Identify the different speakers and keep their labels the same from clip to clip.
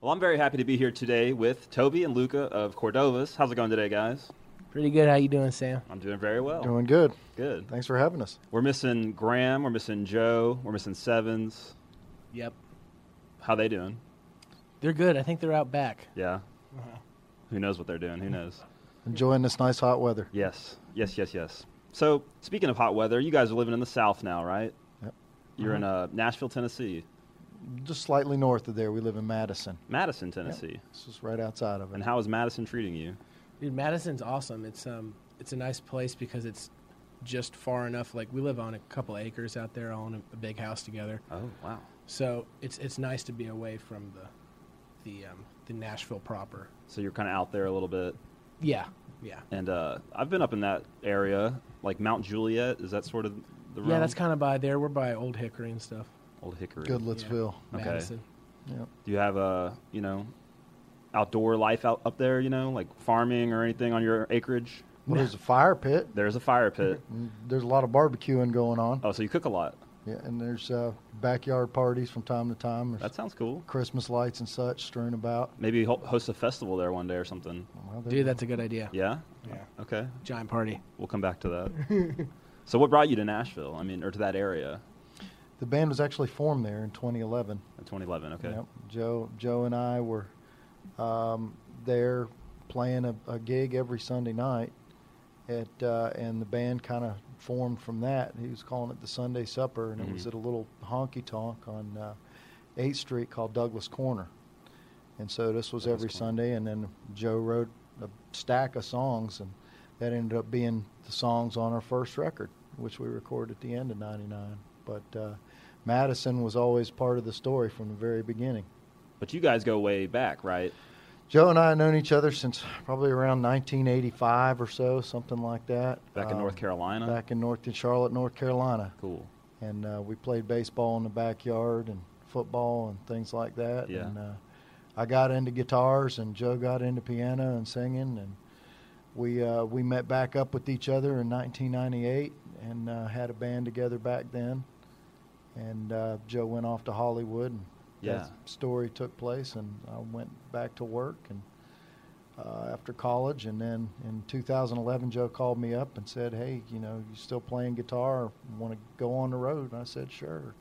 Speaker 1: Well, I'm very happy to be here today with Toby and Luca of Cordovas. How's it going today, guys?
Speaker 2: Pretty good. How you doing, Sam?
Speaker 1: I'm doing very well.
Speaker 3: Doing good.
Speaker 1: Good.
Speaker 3: Thanks for having us.
Speaker 1: We're missing Graham. We're missing Joe. We're missing Sevens.
Speaker 2: Yep.
Speaker 1: How they doing?
Speaker 2: They're good. I think they're out back.
Speaker 1: Yeah.
Speaker 3: Uh-huh.
Speaker 1: Who knows what they're doing? Who knows?
Speaker 3: Enjoying this nice hot weather.
Speaker 1: Yes. Yes. Yes. Yes. So speaking of hot weather, you guys are living in the South now, right?
Speaker 3: Yep. Uh-huh.
Speaker 1: You're in uh, Nashville, Tennessee,
Speaker 3: Just slightly north of there, we live in Madison.
Speaker 1: Madison, Tennessee.
Speaker 3: It's just right outside of it.
Speaker 1: And how is Madison treating you?
Speaker 2: Dude, Madison's awesome. It's um, it's a nice place because it's just far enough. Like we live on a couple acres out there, all in a, a big house together.
Speaker 1: Oh wow.
Speaker 2: So it's it's nice to be away from the, the um, the Nashville proper.
Speaker 1: So you're kind of out there a little bit,
Speaker 2: Yeah. Yeah.
Speaker 1: and uh, I've been up in that area, like Mount Juliet. Is that sort of the
Speaker 2: Yeah,
Speaker 1: realm?
Speaker 2: that's kind of by there. We're by Old Hickory and stuff.
Speaker 1: old Hickory.
Speaker 3: Goodlettsville.
Speaker 1: Okay.
Speaker 2: Madison.
Speaker 3: Yep.
Speaker 1: Do you have a you know outdoor life out up there? You know, like farming or anything on your acreage?
Speaker 3: Well, there's a fire pit.
Speaker 1: There's a fire pit.
Speaker 3: and There's a lot of barbecuing going on.
Speaker 1: Oh, so you cook a lot.
Speaker 3: Yeah, and there's uh, backyard parties from time to time. There's
Speaker 1: That sounds cool.
Speaker 3: Christmas lights and such strewn about.
Speaker 1: Maybe ho- host a festival there one day or something.
Speaker 3: Well, there-
Speaker 2: Dude, that's a good idea.
Speaker 1: Yeah.
Speaker 2: Yeah.
Speaker 1: Okay.
Speaker 2: Giant party.
Speaker 1: We'll come back to that. so, what brought you to Nashville? I mean, or to that area
Speaker 3: the band was actually formed there in 2011.
Speaker 1: in 2011? Okay.
Speaker 3: Yep. Joe, Joe and I were um, there playing a, a gig every Sunday night, at uh, and the band kind of formed from that. He was calling it the Sunday Supper, and it was at a little honky tonk on uh, 8th Street called Douglas Corner. And so this was
Speaker 1: Douglas
Speaker 3: every
Speaker 1: Corner.
Speaker 3: Sunday, and then Joe wrote a stack of songs, and that ended up being the songs on our first record, which we recorded at the end of '99. But uh, Madison was always part of the story from the very beginning.
Speaker 1: But you guys go way back, right?
Speaker 3: Joe and I have known each other since probably around 1985 or so, something like that.
Speaker 1: Back in
Speaker 3: Um,
Speaker 1: North Carolina.
Speaker 3: Back in North in Charlotte, North Carolina,
Speaker 1: Cool.
Speaker 3: and uh, we played baseball in the backyard and football and things like that.
Speaker 1: Yeah.
Speaker 3: And uh, I got into guitars, and Joe got into piano and singing, and we uh, we met back up with each other in 1998 and uh, had a band together back then. And uh, Joe went off to Hollywood. And
Speaker 1: Yeah.
Speaker 3: That story took place, and I went back to work and uh, after college. And then in 2011, Joe called me up and said, "Hey, you know, you still playing guitar? Want to go on the road?" And I said, "Sure."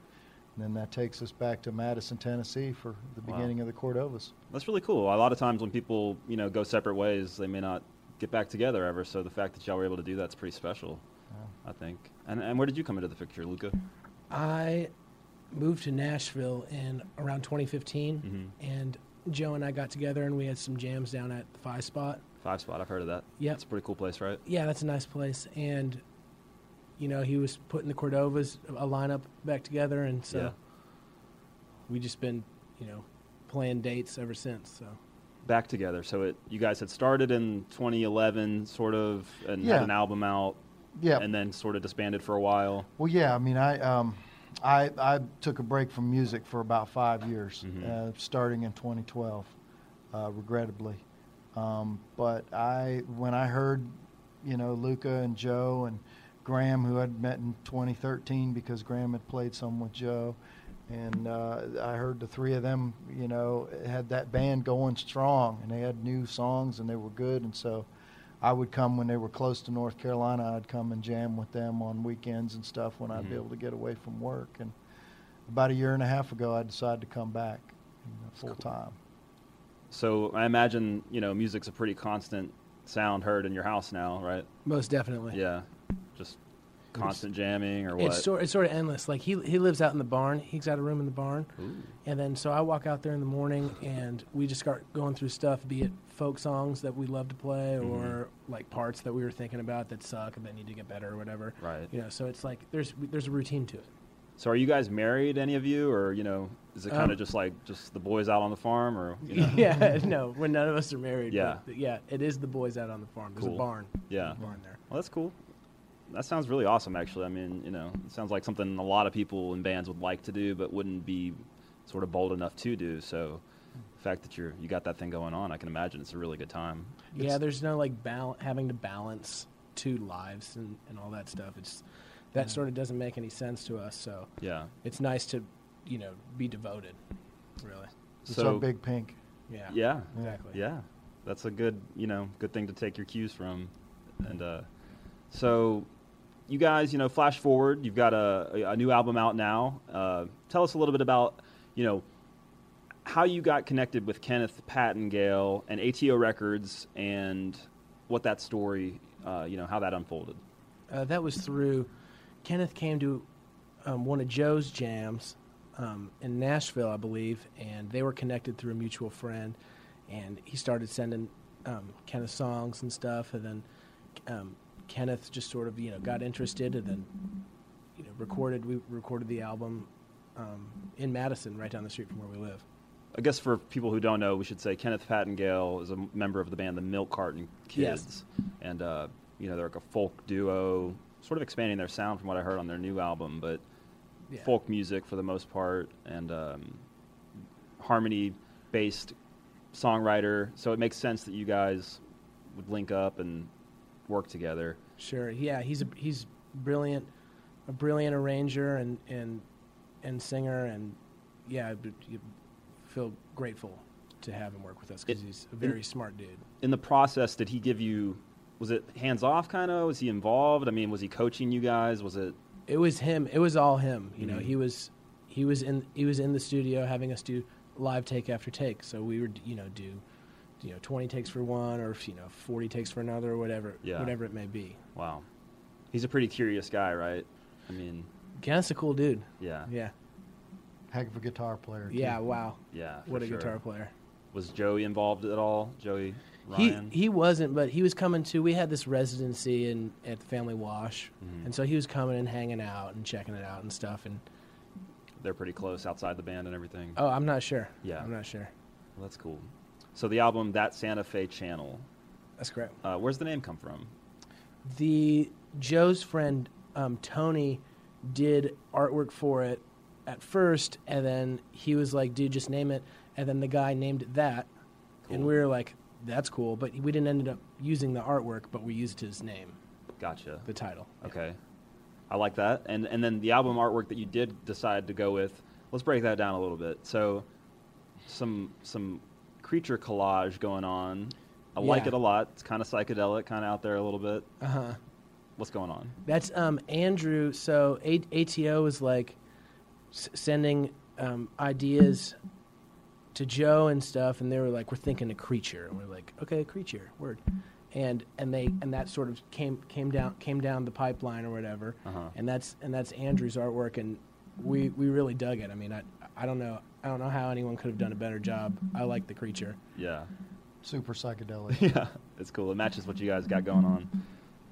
Speaker 3: And then that takes us back to Madison, Tennessee, for the
Speaker 1: Wow.
Speaker 3: beginning of the Cordovas.
Speaker 1: That's really cool. A lot of times when people, you know, go separate ways, they may not get back together ever. So the fact that y'all were able to do that's pretty special, I think. And and where did you come into the picture, Luca?
Speaker 2: I moved to Nashville in around 2015, and Joe and I got together and we had some jams down at the Five Spot.
Speaker 1: Five Spot. I've heard of that.
Speaker 2: Yep.
Speaker 1: It's a pretty cool place, right?
Speaker 2: Yeah, that's a nice place. And you know, he was putting the Cordovas a lineup back together, and so
Speaker 1: Yeah.
Speaker 2: we just been you know playing dates ever since. So
Speaker 1: Back together. So it you guys had started in 2011, sort of, and had
Speaker 3: Yeah.
Speaker 1: an album out,
Speaker 3: Yeah.
Speaker 1: and then sort of disbanded for a while.
Speaker 3: Well, yeah. I mean, I um, I I took a break from music for about five years, uh, starting in 2012, uh, regrettably. Um, but I, when I heard, you know, Luca and Joe and Graham, who I'd met in 2013 because Graham had played some with Joe, and uh, I heard the three of them, you know, had that band going strong, and they had new songs and they were good, and so. I would come when they were close to North Carolina. I'd come and jam with them on weekends and stuff when I'd be able to get away from work. And about a year and a half ago, I decided to come back you know, full time.
Speaker 1: So I imagine you know music's a pretty constant sound heard in your house now, right?
Speaker 2: most definitely,
Speaker 1: Yeah, just constant jamming or what?
Speaker 2: It's sort it's sort of endless. Like he he lives out in the barn. He's got a room in the barn, and then so I walk out there in the morning, and we just start going through stuff, be it folk songs that we love to play,
Speaker 1: Mm-hmm.
Speaker 2: or like parts that we were thinking about that suck and that need to get better or whatever.
Speaker 1: Right.
Speaker 2: You know, so it's like there's there's a routine to it.
Speaker 1: So are you guys married, any of you, or you know, is it kind of
Speaker 2: Um,
Speaker 1: just like just the boys out on the farm, or you know?
Speaker 2: Yeah, no, when none of us are married.
Speaker 1: Yeah.
Speaker 2: but yeah, it is the boys out on the farm. There's
Speaker 1: Cool.
Speaker 2: a barn.
Speaker 1: Yeah.
Speaker 2: barn there.
Speaker 1: Well, that's cool. That sounds really awesome, actually. I mean, you know, it sounds like something a lot of people in bands would like to do, but wouldn't be sort of bold enough to do. So, the fact that you're you got that thing going on, I can imagine it's a really good time.
Speaker 2: yeah, there's no like bal- having to balance two lives and, and all that stuff. It's
Speaker 1: Mm.
Speaker 2: that sort of doesn't make any sense to us. So
Speaker 1: Yeah.
Speaker 2: it's nice to, you know, be devoted. Really.
Speaker 3: It's
Speaker 1: so
Speaker 3: our big pink.
Speaker 2: Yeah.
Speaker 1: Yeah.
Speaker 2: Exactly.
Speaker 1: Yeah, that's a good you know good thing to take your cues from, and uh, so you guys you know flash forward you've got a, a- a new album out now. Uh, tell us a little bit about you know how you got connected with Kenneth Pattingale and ATO Records and what that story uh, you know how that unfolded.
Speaker 2: Uh, that was through Kenneth came to um, one of Joe's jams um, in Nashville, I believe, and they were connected through a mutual friend. And he started sending um, Kenneth songs and stuff, and then um, Kenneth just sort of you know got interested, and then you know recorded. We recorded the album um, in Madison, right down the street from where we live.
Speaker 1: I guess for people who don't know, we should say Kenneth Pattingale is a m- member of the band the Milk Carton
Speaker 2: Yes.
Speaker 1: Kids, and uh, you know they're like a folk duo, sort of expanding their sound from what I heard on their new album, but
Speaker 2: Yeah.
Speaker 1: folk music for the most part and um, harmony-based songwriter. So it makes sense that you guys would link up and work together.
Speaker 2: Sure. Yeah, he's a, he's brilliant, a brilliant arranger and and and singer, and yeah, I b- you feel grateful to have him work with us because
Speaker 1: It-
Speaker 2: he's a very smart dude.
Speaker 1: In the process, did he give you? Was it hands off kind of? Was he involved? I mean, was he coaching you guys? Was it?
Speaker 2: It was him. It was all him. You
Speaker 1: Mm-hmm.
Speaker 2: know, he was he was in he was in the studio having us do live take after take. So we would you know do you know twenty takes for one or you know forty takes for another or whatever
Speaker 1: Yeah.
Speaker 2: whatever it may be.
Speaker 1: Wow. He's a pretty curious guy, right? I mean,
Speaker 2: Kenneth's a cool dude.
Speaker 1: yeah.
Speaker 2: Yeah.
Speaker 3: Heck of a guitar player. too.
Speaker 2: Yeah. Wow.
Speaker 1: Yeah, for
Speaker 2: What a
Speaker 1: sure.
Speaker 2: guitar player.
Speaker 1: Was Joey involved at all? Joey
Speaker 2: He,
Speaker 1: Ryan?
Speaker 2: he wasn't, but he was coming to. We had this residency in at the family wash,
Speaker 1: Mm-hmm.
Speaker 2: and so he was coming and hanging out and checking it out and stuff. And
Speaker 1: They're pretty close outside the band and everything.
Speaker 2: oh, I'm not sure.
Speaker 1: Yeah.
Speaker 2: I'm not sure.
Speaker 1: Well, that's cool. So the album, That Santa Fe Channel,
Speaker 2: That's correct.
Speaker 1: uh, where's the name come from?
Speaker 2: The Joe's friend um, Tony did artwork for it at first, and then he was like, "Dude, just name it." And then the guy named it that, and
Speaker 1: Cool.
Speaker 2: we were like, "That's cool," but we didn't end up using the artwork, but we used his name,
Speaker 1: Gotcha.
Speaker 2: the title.
Speaker 1: Okay. I like that. And and then the album artwork that you did decide to go with, let's break that down a little bit. So some some creature collage going on. I like
Speaker 2: Yeah.
Speaker 1: it a lot. It's kind of psychedelic, kind of out there a little bit.
Speaker 2: Uh huh.
Speaker 1: What's going on?
Speaker 2: That's um, Andrew. So a- ATO is like s- sending um, ideas to Joe and stuff, and they were like, "We're thinking a creature," and we're like, "Okay, creature, word," and and they and that sort of came came down came down the pipeline or whatever,
Speaker 1: Uh-huh.
Speaker 2: and that's and that's Andrew's artwork, and we we really dug it. I mean, I I don't know I don't know how anyone could have done a better job. I like the creature.
Speaker 1: Yeah.
Speaker 3: Super psychedelic.
Speaker 1: Yeah, it's cool. It matches what you guys got going on.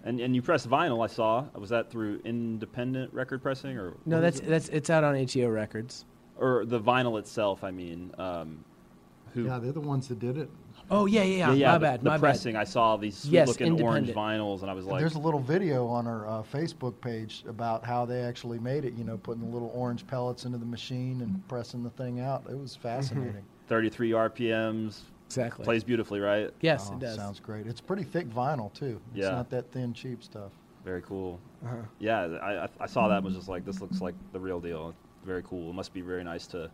Speaker 1: And and you press vinyl. I saw. Was that through independent record pressing or
Speaker 2: No,
Speaker 1: what
Speaker 2: that's
Speaker 1: is it?
Speaker 2: that's it's out on ATO Records.
Speaker 1: or the vinyl itself? I mean, um, who?
Speaker 4: Yeah, they're the ones that did it.
Speaker 2: Oh yeah yeah yeah.
Speaker 1: yeah,
Speaker 2: my
Speaker 1: the,
Speaker 2: bad
Speaker 1: the
Speaker 2: my bad.
Speaker 1: pressing. I saw these sweet
Speaker 2: Yes,
Speaker 1: looking orange
Speaker 2: independent.
Speaker 1: vinyls, and I was like,
Speaker 3: There's a little video on our uh, Facebook page about how they actually made it. You know, putting the little orange pellets into the machine and pressing the thing out. It
Speaker 1: Mm-hmm.
Speaker 3: was fascinating.
Speaker 1: 33 RPMs.
Speaker 2: Exactly.
Speaker 1: Plays beautifully, right?
Speaker 2: Yes,
Speaker 3: Oh,
Speaker 2: it does.
Speaker 3: Sounds great. It's pretty thick vinyl too. It's
Speaker 1: Yeah.
Speaker 3: not that thin, cheap stuff.
Speaker 1: Very cool.
Speaker 3: Uh-huh.
Speaker 1: Yeah, I, I- I saw that and was just like, this looks like the real deal. Very cool. It must be very nice to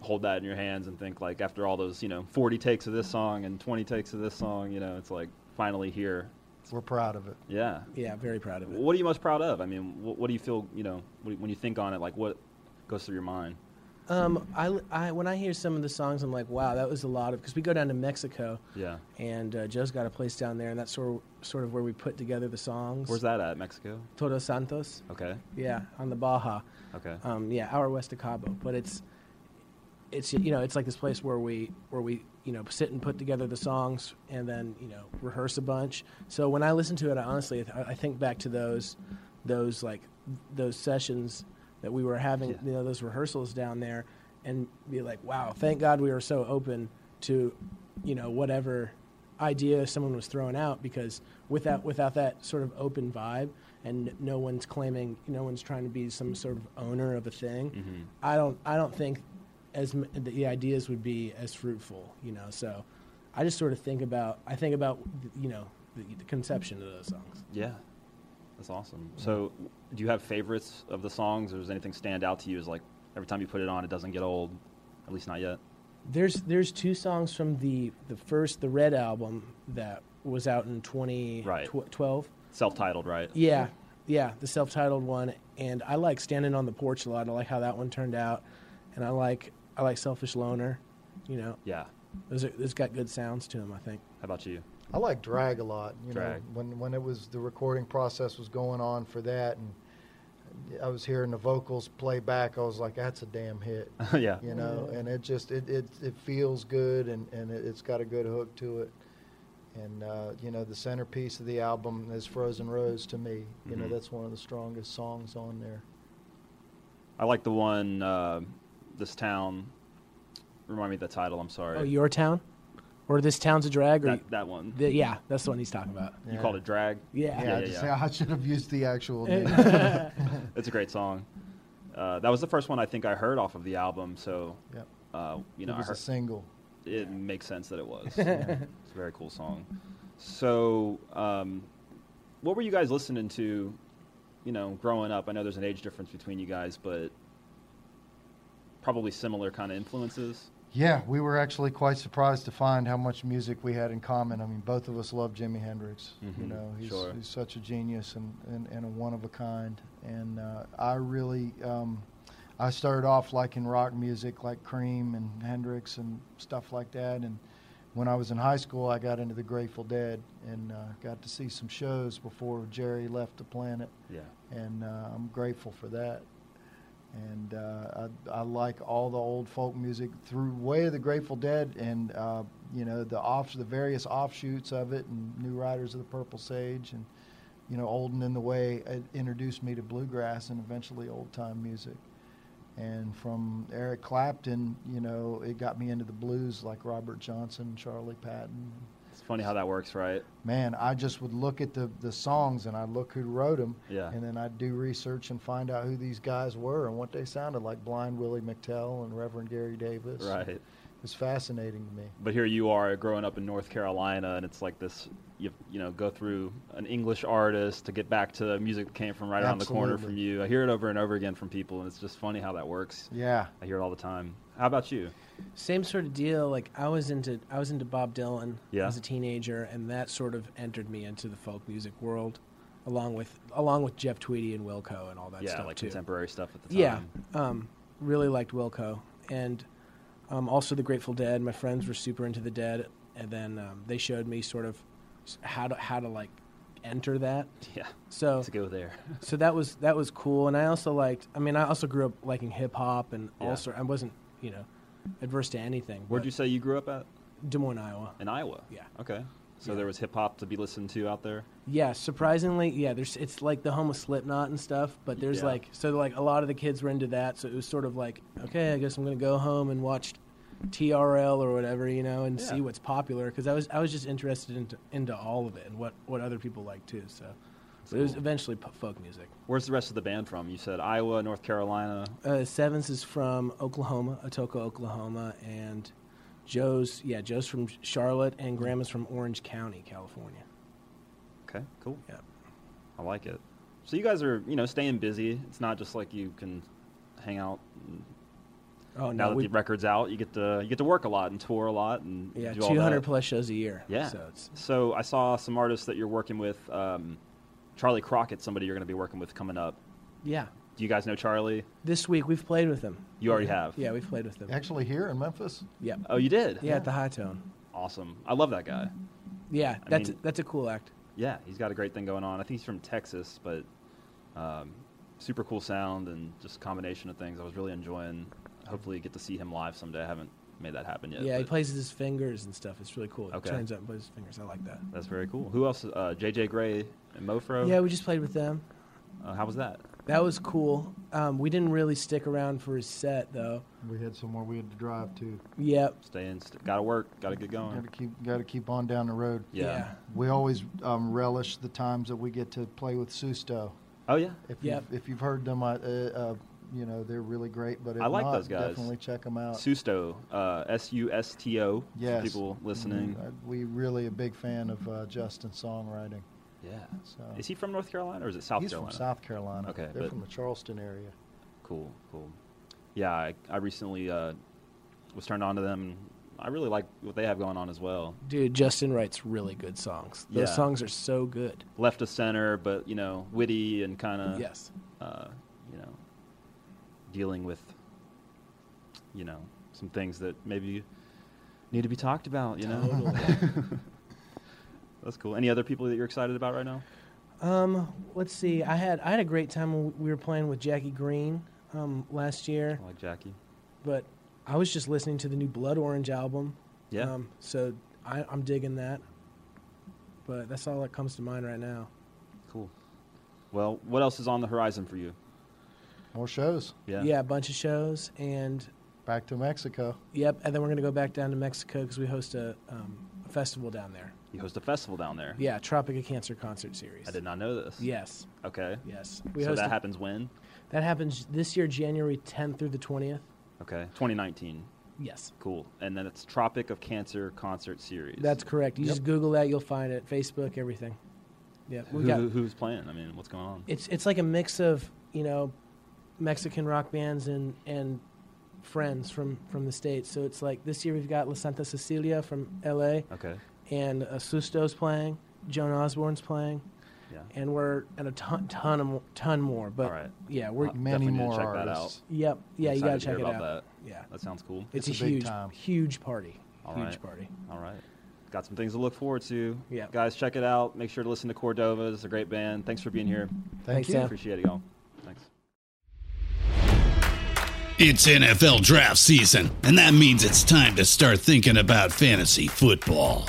Speaker 1: hold that in your hands and think like after all those, you know, 40 takes of this song and 20 takes of this song, you know, it's like finally here.
Speaker 3: We're proud of it.
Speaker 1: Yeah.
Speaker 2: Yeah, very proud of it.
Speaker 1: What are you most proud of? I mean, what, what do you feel, you know, when when you think on it, like what goes through your mind?
Speaker 2: Um, I, I when I hear some of the songs, I'm like, wow, that was a lot of because we go down to Mexico,
Speaker 1: Yeah.
Speaker 2: and uh, Joe's got a place down there, and that's sort of, sort of where we put together the songs.
Speaker 1: Where's that at? Mexico?
Speaker 2: Todos Santos.
Speaker 1: Okay.
Speaker 2: Yeah, on the Baja.
Speaker 1: Okay.
Speaker 2: Um, yeah, hour west of Cabo, but it's it's you know it's like this place where we where we you know sit and put together the songs and then you know rehearse a bunch. So when I listen to it, I honestly I, I think back to those those like those sessions that we were having you know those rehearsals down there, and be like, wow, thank God we were so open to, you know, whatever idea someone was throwing out because without without that sort of open vibe and no one's claiming no one's trying to be some sort of owner of a thing i don't i don't think as m- the ideas would be as fruitful you know so i just sort of think about i think about you know the, the conception of those songs
Speaker 1: Yeah, that's awesome. So, do you have favorites of the songs, or does anything stand out to you as like every time you put it on, it doesn't get old? At least not yet.
Speaker 2: There's there's two songs from the the first the Red album that was out in 2012.
Speaker 1: Right. Self-titled, right?
Speaker 2: Yeah, yeah, the self-titled one, and I like standing on the porch a lot. I like how that one turned out, and I like I like Selfish Loner. You know,
Speaker 1: Yeah.
Speaker 2: those are, those got good sounds to them. I think.
Speaker 1: How about you?
Speaker 3: I like drag a lot. You
Speaker 1: Drag.
Speaker 3: know, when when it was the recording process was going on for that, and I was hearing the vocals play back, I was like, "That's a damn hit,"
Speaker 1: yeah.
Speaker 3: you know. And it just it it, it feels good, and and it, it's got a good hook to it. And uh, you know, the centerpiece of the album is "Frozen Rose" to me. You know,
Speaker 1: Mhm.
Speaker 3: that's one of the strongest songs on there.
Speaker 1: I like the one. Uh, this town. Remind me of the title. I'm sorry.
Speaker 2: Oh, your town, or this town's a drag, or
Speaker 1: that, that one.
Speaker 2: the, yeah, that's the one he's talking about.
Speaker 1: You called it drag.
Speaker 2: Yeah.
Speaker 3: Yeah,
Speaker 1: Yeah,
Speaker 3: I
Speaker 1: yeah,
Speaker 3: just
Speaker 1: yeah.
Speaker 3: I should have used the actual name.
Speaker 1: It's a great song. Uh, that was the first one I think I heard off of the album. So,
Speaker 3: Yep.
Speaker 1: uh, you know,
Speaker 3: it
Speaker 1: I
Speaker 3: was a
Speaker 1: heard,
Speaker 3: single.
Speaker 1: it makes sense that it was. It's a very cool song. So, um, what were you guys listening to? You know, growing up, I know there's an age difference between you guys, but probably similar kind of influences.
Speaker 3: Yeah, we were actually quite surprised to find how much music we had in common. I mean, both of us love Jimi Hendrix.
Speaker 1: Mhm,
Speaker 3: You know, he's,
Speaker 1: sure.
Speaker 3: he's such a genius and, and, and a one of a kind. And uh, I really, um, I started off liking rock music, like Cream and Hendrix and stuff like that. And when I was in high school, I got into the Grateful Dead and uh, got to see some shows before Jerry left the planet
Speaker 1: Yeah.
Speaker 3: and uh, I'm grateful for that. And uh, I, I like all the old folk music through way of the Grateful Dead, and uh, you know the off the various offshoots of it, and New Riders of the Purple Sage, and you know Olden in the Way it introduced me to bluegrass and eventually old time music. And from Eric Clapton, you know, it got me into the blues like Robert Johnson, Charlie Patton,
Speaker 1: It's funny how that works, right?
Speaker 3: man, I just would look at the, the songs and I'd look who wrote them.
Speaker 1: Yeah.
Speaker 3: And then I'd do research and find out who these guys were and what they sounded like Blind Willie McTell and Reverend Gary Davis.
Speaker 1: Right.
Speaker 3: It was fascinating to me.
Speaker 1: But here you are growing up in North Carolina, and it's like this you, you know, go through an English artist to get back to the music that came from right around the corner
Speaker 3: Absolutely.
Speaker 1: from you. I hear it over and over again from people, and it's just funny how that works.
Speaker 3: Yeah.
Speaker 1: I hear it all the time. How about you?
Speaker 2: Same sort of deal. Like I was into I was into Bob Dylan
Speaker 1: Yeah.
Speaker 2: as a teenager, and that sort of entered me into the folk music world, along with along with Jeff Tweedy and Wilco and all that
Speaker 1: yeah,
Speaker 2: stuff
Speaker 1: like
Speaker 2: too.
Speaker 1: contemporary stuff at the time.
Speaker 2: Yeah, um, really liked Wilco, and um, also the Grateful Dead. My friends were super into the Dead, and then um, they showed me sort of s- how to how to like enter that.
Speaker 1: Yeah.
Speaker 2: So
Speaker 1: Let's go there.
Speaker 2: so that was that was cool, and I also liked. I mean, I also grew up liking hip hop and
Speaker 1: Yeah.
Speaker 2: also I wasn't you know adverse to anything.
Speaker 1: Where'd
Speaker 2: but
Speaker 1: you say you grew up at?
Speaker 2: Des Moines, Iowa.
Speaker 1: In Iowa.
Speaker 2: Yeah.
Speaker 1: Okay. So there was hip hop to be listened to out there.
Speaker 2: Yeah, surprisingly, yeah. There's it's like the home of Slipknot and stuff, but there's
Speaker 1: Yeah.
Speaker 2: like so like a lot of the kids were into that, so it was sort of like okay, I guess I'm gonna go home and watch TRL or whatever you know and see
Speaker 1: Yeah.
Speaker 2: what's popular because I was I was just interested into into all of it and what what other people like too. So, but it was
Speaker 1: cool.
Speaker 2: eventually po- folk music.
Speaker 1: Where's the rest of the band from? You said Iowa, North Carolina.
Speaker 2: Uh, Sevens is from Oklahoma, Atoka, Oklahoma, and Joe's yeah Joe's from Charlotte and Grandma's from Orange County, California.
Speaker 1: Okay. Cool.
Speaker 2: Yeah.
Speaker 1: I like it. So you guys are, you know, staying busy. It's not just like you can hang out. and-
Speaker 2: Oh
Speaker 1: Now
Speaker 2: no,
Speaker 1: that
Speaker 2: we,
Speaker 1: the record's out, you get to you get to work a lot and tour a lot and
Speaker 2: yeah,
Speaker 1: do all that.
Speaker 2: 200 plus shows a year.
Speaker 1: Yeah.
Speaker 2: so it's
Speaker 1: So I saw some artists that you're working with. Um, Charlie Crockett, somebody you're going to be working with coming up.
Speaker 2: yeah.
Speaker 1: Do you guys know Charlie?
Speaker 2: This week we've played with them.
Speaker 1: You already have.
Speaker 2: Yeah, we've played with them. Yeah.
Speaker 3: Actually, here in Memphis,
Speaker 2: Yeah,
Speaker 1: Oh, you did.
Speaker 2: at the high tone.
Speaker 1: Awesome. I love that guy.
Speaker 2: Yeah,
Speaker 1: I
Speaker 2: that's
Speaker 1: mean-
Speaker 2: that's a cool act.
Speaker 1: Yeah, he's got a great thing going on. I think he's from Texas, but um, super cool sound and just combination of things. I was really enjoying. Hopefully, get to see him live someday. I haven't made that happen yet.
Speaker 2: Yeah, he
Speaker 1: but
Speaker 2: plays with his fingers and stuff. It's really cool. He
Speaker 1: Okay.
Speaker 2: turns up and plays his fingers. I like that.
Speaker 1: That's very cool. Who else? Uh, JJ Gray and Mofro.
Speaker 2: Yeah, we just played with them.
Speaker 1: Uh, how was that?
Speaker 2: That was cool. Um, we didn't really stick around for his set though.
Speaker 3: We had somewhere we had to drive to.
Speaker 2: Yep.
Speaker 1: Stay in. St- gotta work. Gotta get
Speaker 3: Got
Speaker 1: going.
Speaker 3: to keep got to keep on down the road.
Speaker 1: Yeah.
Speaker 3: We always um, relish the times that we get to play with Susto.
Speaker 1: Oh yeah.
Speaker 3: If
Speaker 2: Yep.
Speaker 3: you've, if you've heard them, I- uh, uh, you know they're really great. But if
Speaker 1: I like
Speaker 3: not,
Speaker 1: those guys.
Speaker 3: Definitely check them out.
Speaker 1: Susto. Uh, S U S T O. for
Speaker 3: Yes.
Speaker 1: People listening.
Speaker 3: Uh, we really a big fan of uh, Justin's songwriting.
Speaker 1: Yeah.
Speaker 3: So
Speaker 1: Is he from North Carolina or is it South
Speaker 3: he's
Speaker 1: Carolina?
Speaker 3: from South Carolina.
Speaker 1: Okay,
Speaker 3: they're
Speaker 1: but-
Speaker 3: from the Charleston area.
Speaker 1: Cool, cool. Yeah, I, I recently uh, was turned on to them. I really like what they have going on as well.
Speaker 2: Dude, Justin writes really good songs. Those
Speaker 1: Yeah.
Speaker 2: songs are so good.
Speaker 1: Left of center, but you know, witty and kind of
Speaker 2: yes.
Speaker 1: uh, you know, dealing with you know some things that maybe need to be talked about. You know, that's cool. Any other people that you're excited about right now?
Speaker 2: Um, let's see. I had I had a great time when we were playing with Jackie Green um, last year,
Speaker 1: I like Jackie.
Speaker 2: but I was just listening to the new Blood Orange album.
Speaker 1: Yeah.
Speaker 2: Um, so I, I'm digging that. But that's all that comes to mind right now.
Speaker 1: Cool. Well, what else is on the horizon for you?
Speaker 3: More shows.
Speaker 1: Yeah.
Speaker 2: yeah a bunch of shows and
Speaker 3: Back to Mexico.
Speaker 2: Yep, and then we're going to go back down to Mexico because we host a, um, a festival down there.
Speaker 1: You host a festival down there.
Speaker 2: Yeah, Tropic of Cancer concert series.
Speaker 1: I did not know this.
Speaker 2: Yes,
Speaker 1: Okay.
Speaker 2: yes. We
Speaker 1: so
Speaker 2: host
Speaker 1: that
Speaker 2: a-
Speaker 1: happens when?
Speaker 2: that happens this year, January 10th through the 20th.
Speaker 1: Okay. 2019.
Speaker 2: Yes,
Speaker 1: Cool. And then it's Tropic of Cancer concert series.
Speaker 2: that's correct. You
Speaker 3: Yep.
Speaker 2: just Google that, you'll find it. Facebook, everything. Yeah, we
Speaker 1: Who-
Speaker 2: got.
Speaker 1: who- who's playing? I mean, what's going on?
Speaker 2: It's it's like a mix of you know, Mexican rock bands and and friends from from the states. So it's like this year we've got La Santa Cecilia from L.A.
Speaker 1: Okay.
Speaker 2: and uh, Susto's playing, Joan Osborne's playing.
Speaker 1: Yeah.
Speaker 2: and we're and a ton ton of, mo- ton more. But
Speaker 1: All right.
Speaker 2: yeah, we're
Speaker 1: Uh,
Speaker 3: Many
Speaker 1: Definitely need to
Speaker 3: more
Speaker 1: check that
Speaker 3: artists.
Speaker 2: yep yeah. You
Speaker 1: Excited
Speaker 2: gotta
Speaker 1: to
Speaker 2: check
Speaker 1: hear
Speaker 2: it
Speaker 1: about
Speaker 2: out.
Speaker 1: That.
Speaker 2: Yeah,
Speaker 1: that sounds cool.
Speaker 2: it's,
Speaker 3: It's
Speaker 2: a,
Speaker 3: a big
Speaker 2: huge
Speaker 3: time.
Speaker 2: huge party.
Speaker 1: All
Speaker 2: huge
Speaker 1: right.
Speaker 2: party.
Speaker 1: All right. Got some things to look forward to.
Speaker 2: Yeah.
Speaker 1: Guys, check it out. Make sure to listen to Cordova. It's a great band. Thanks for being here.
Speaker 3: Thank
Speaker 2: Thanks,
Speaker 3: you.
Speaker 2: Sam.
Speaker 1: Appreciate it, y'all. Thanks.
Speaker 4: It's NFL draft season, and that means it's time to start thinking about fantasy football.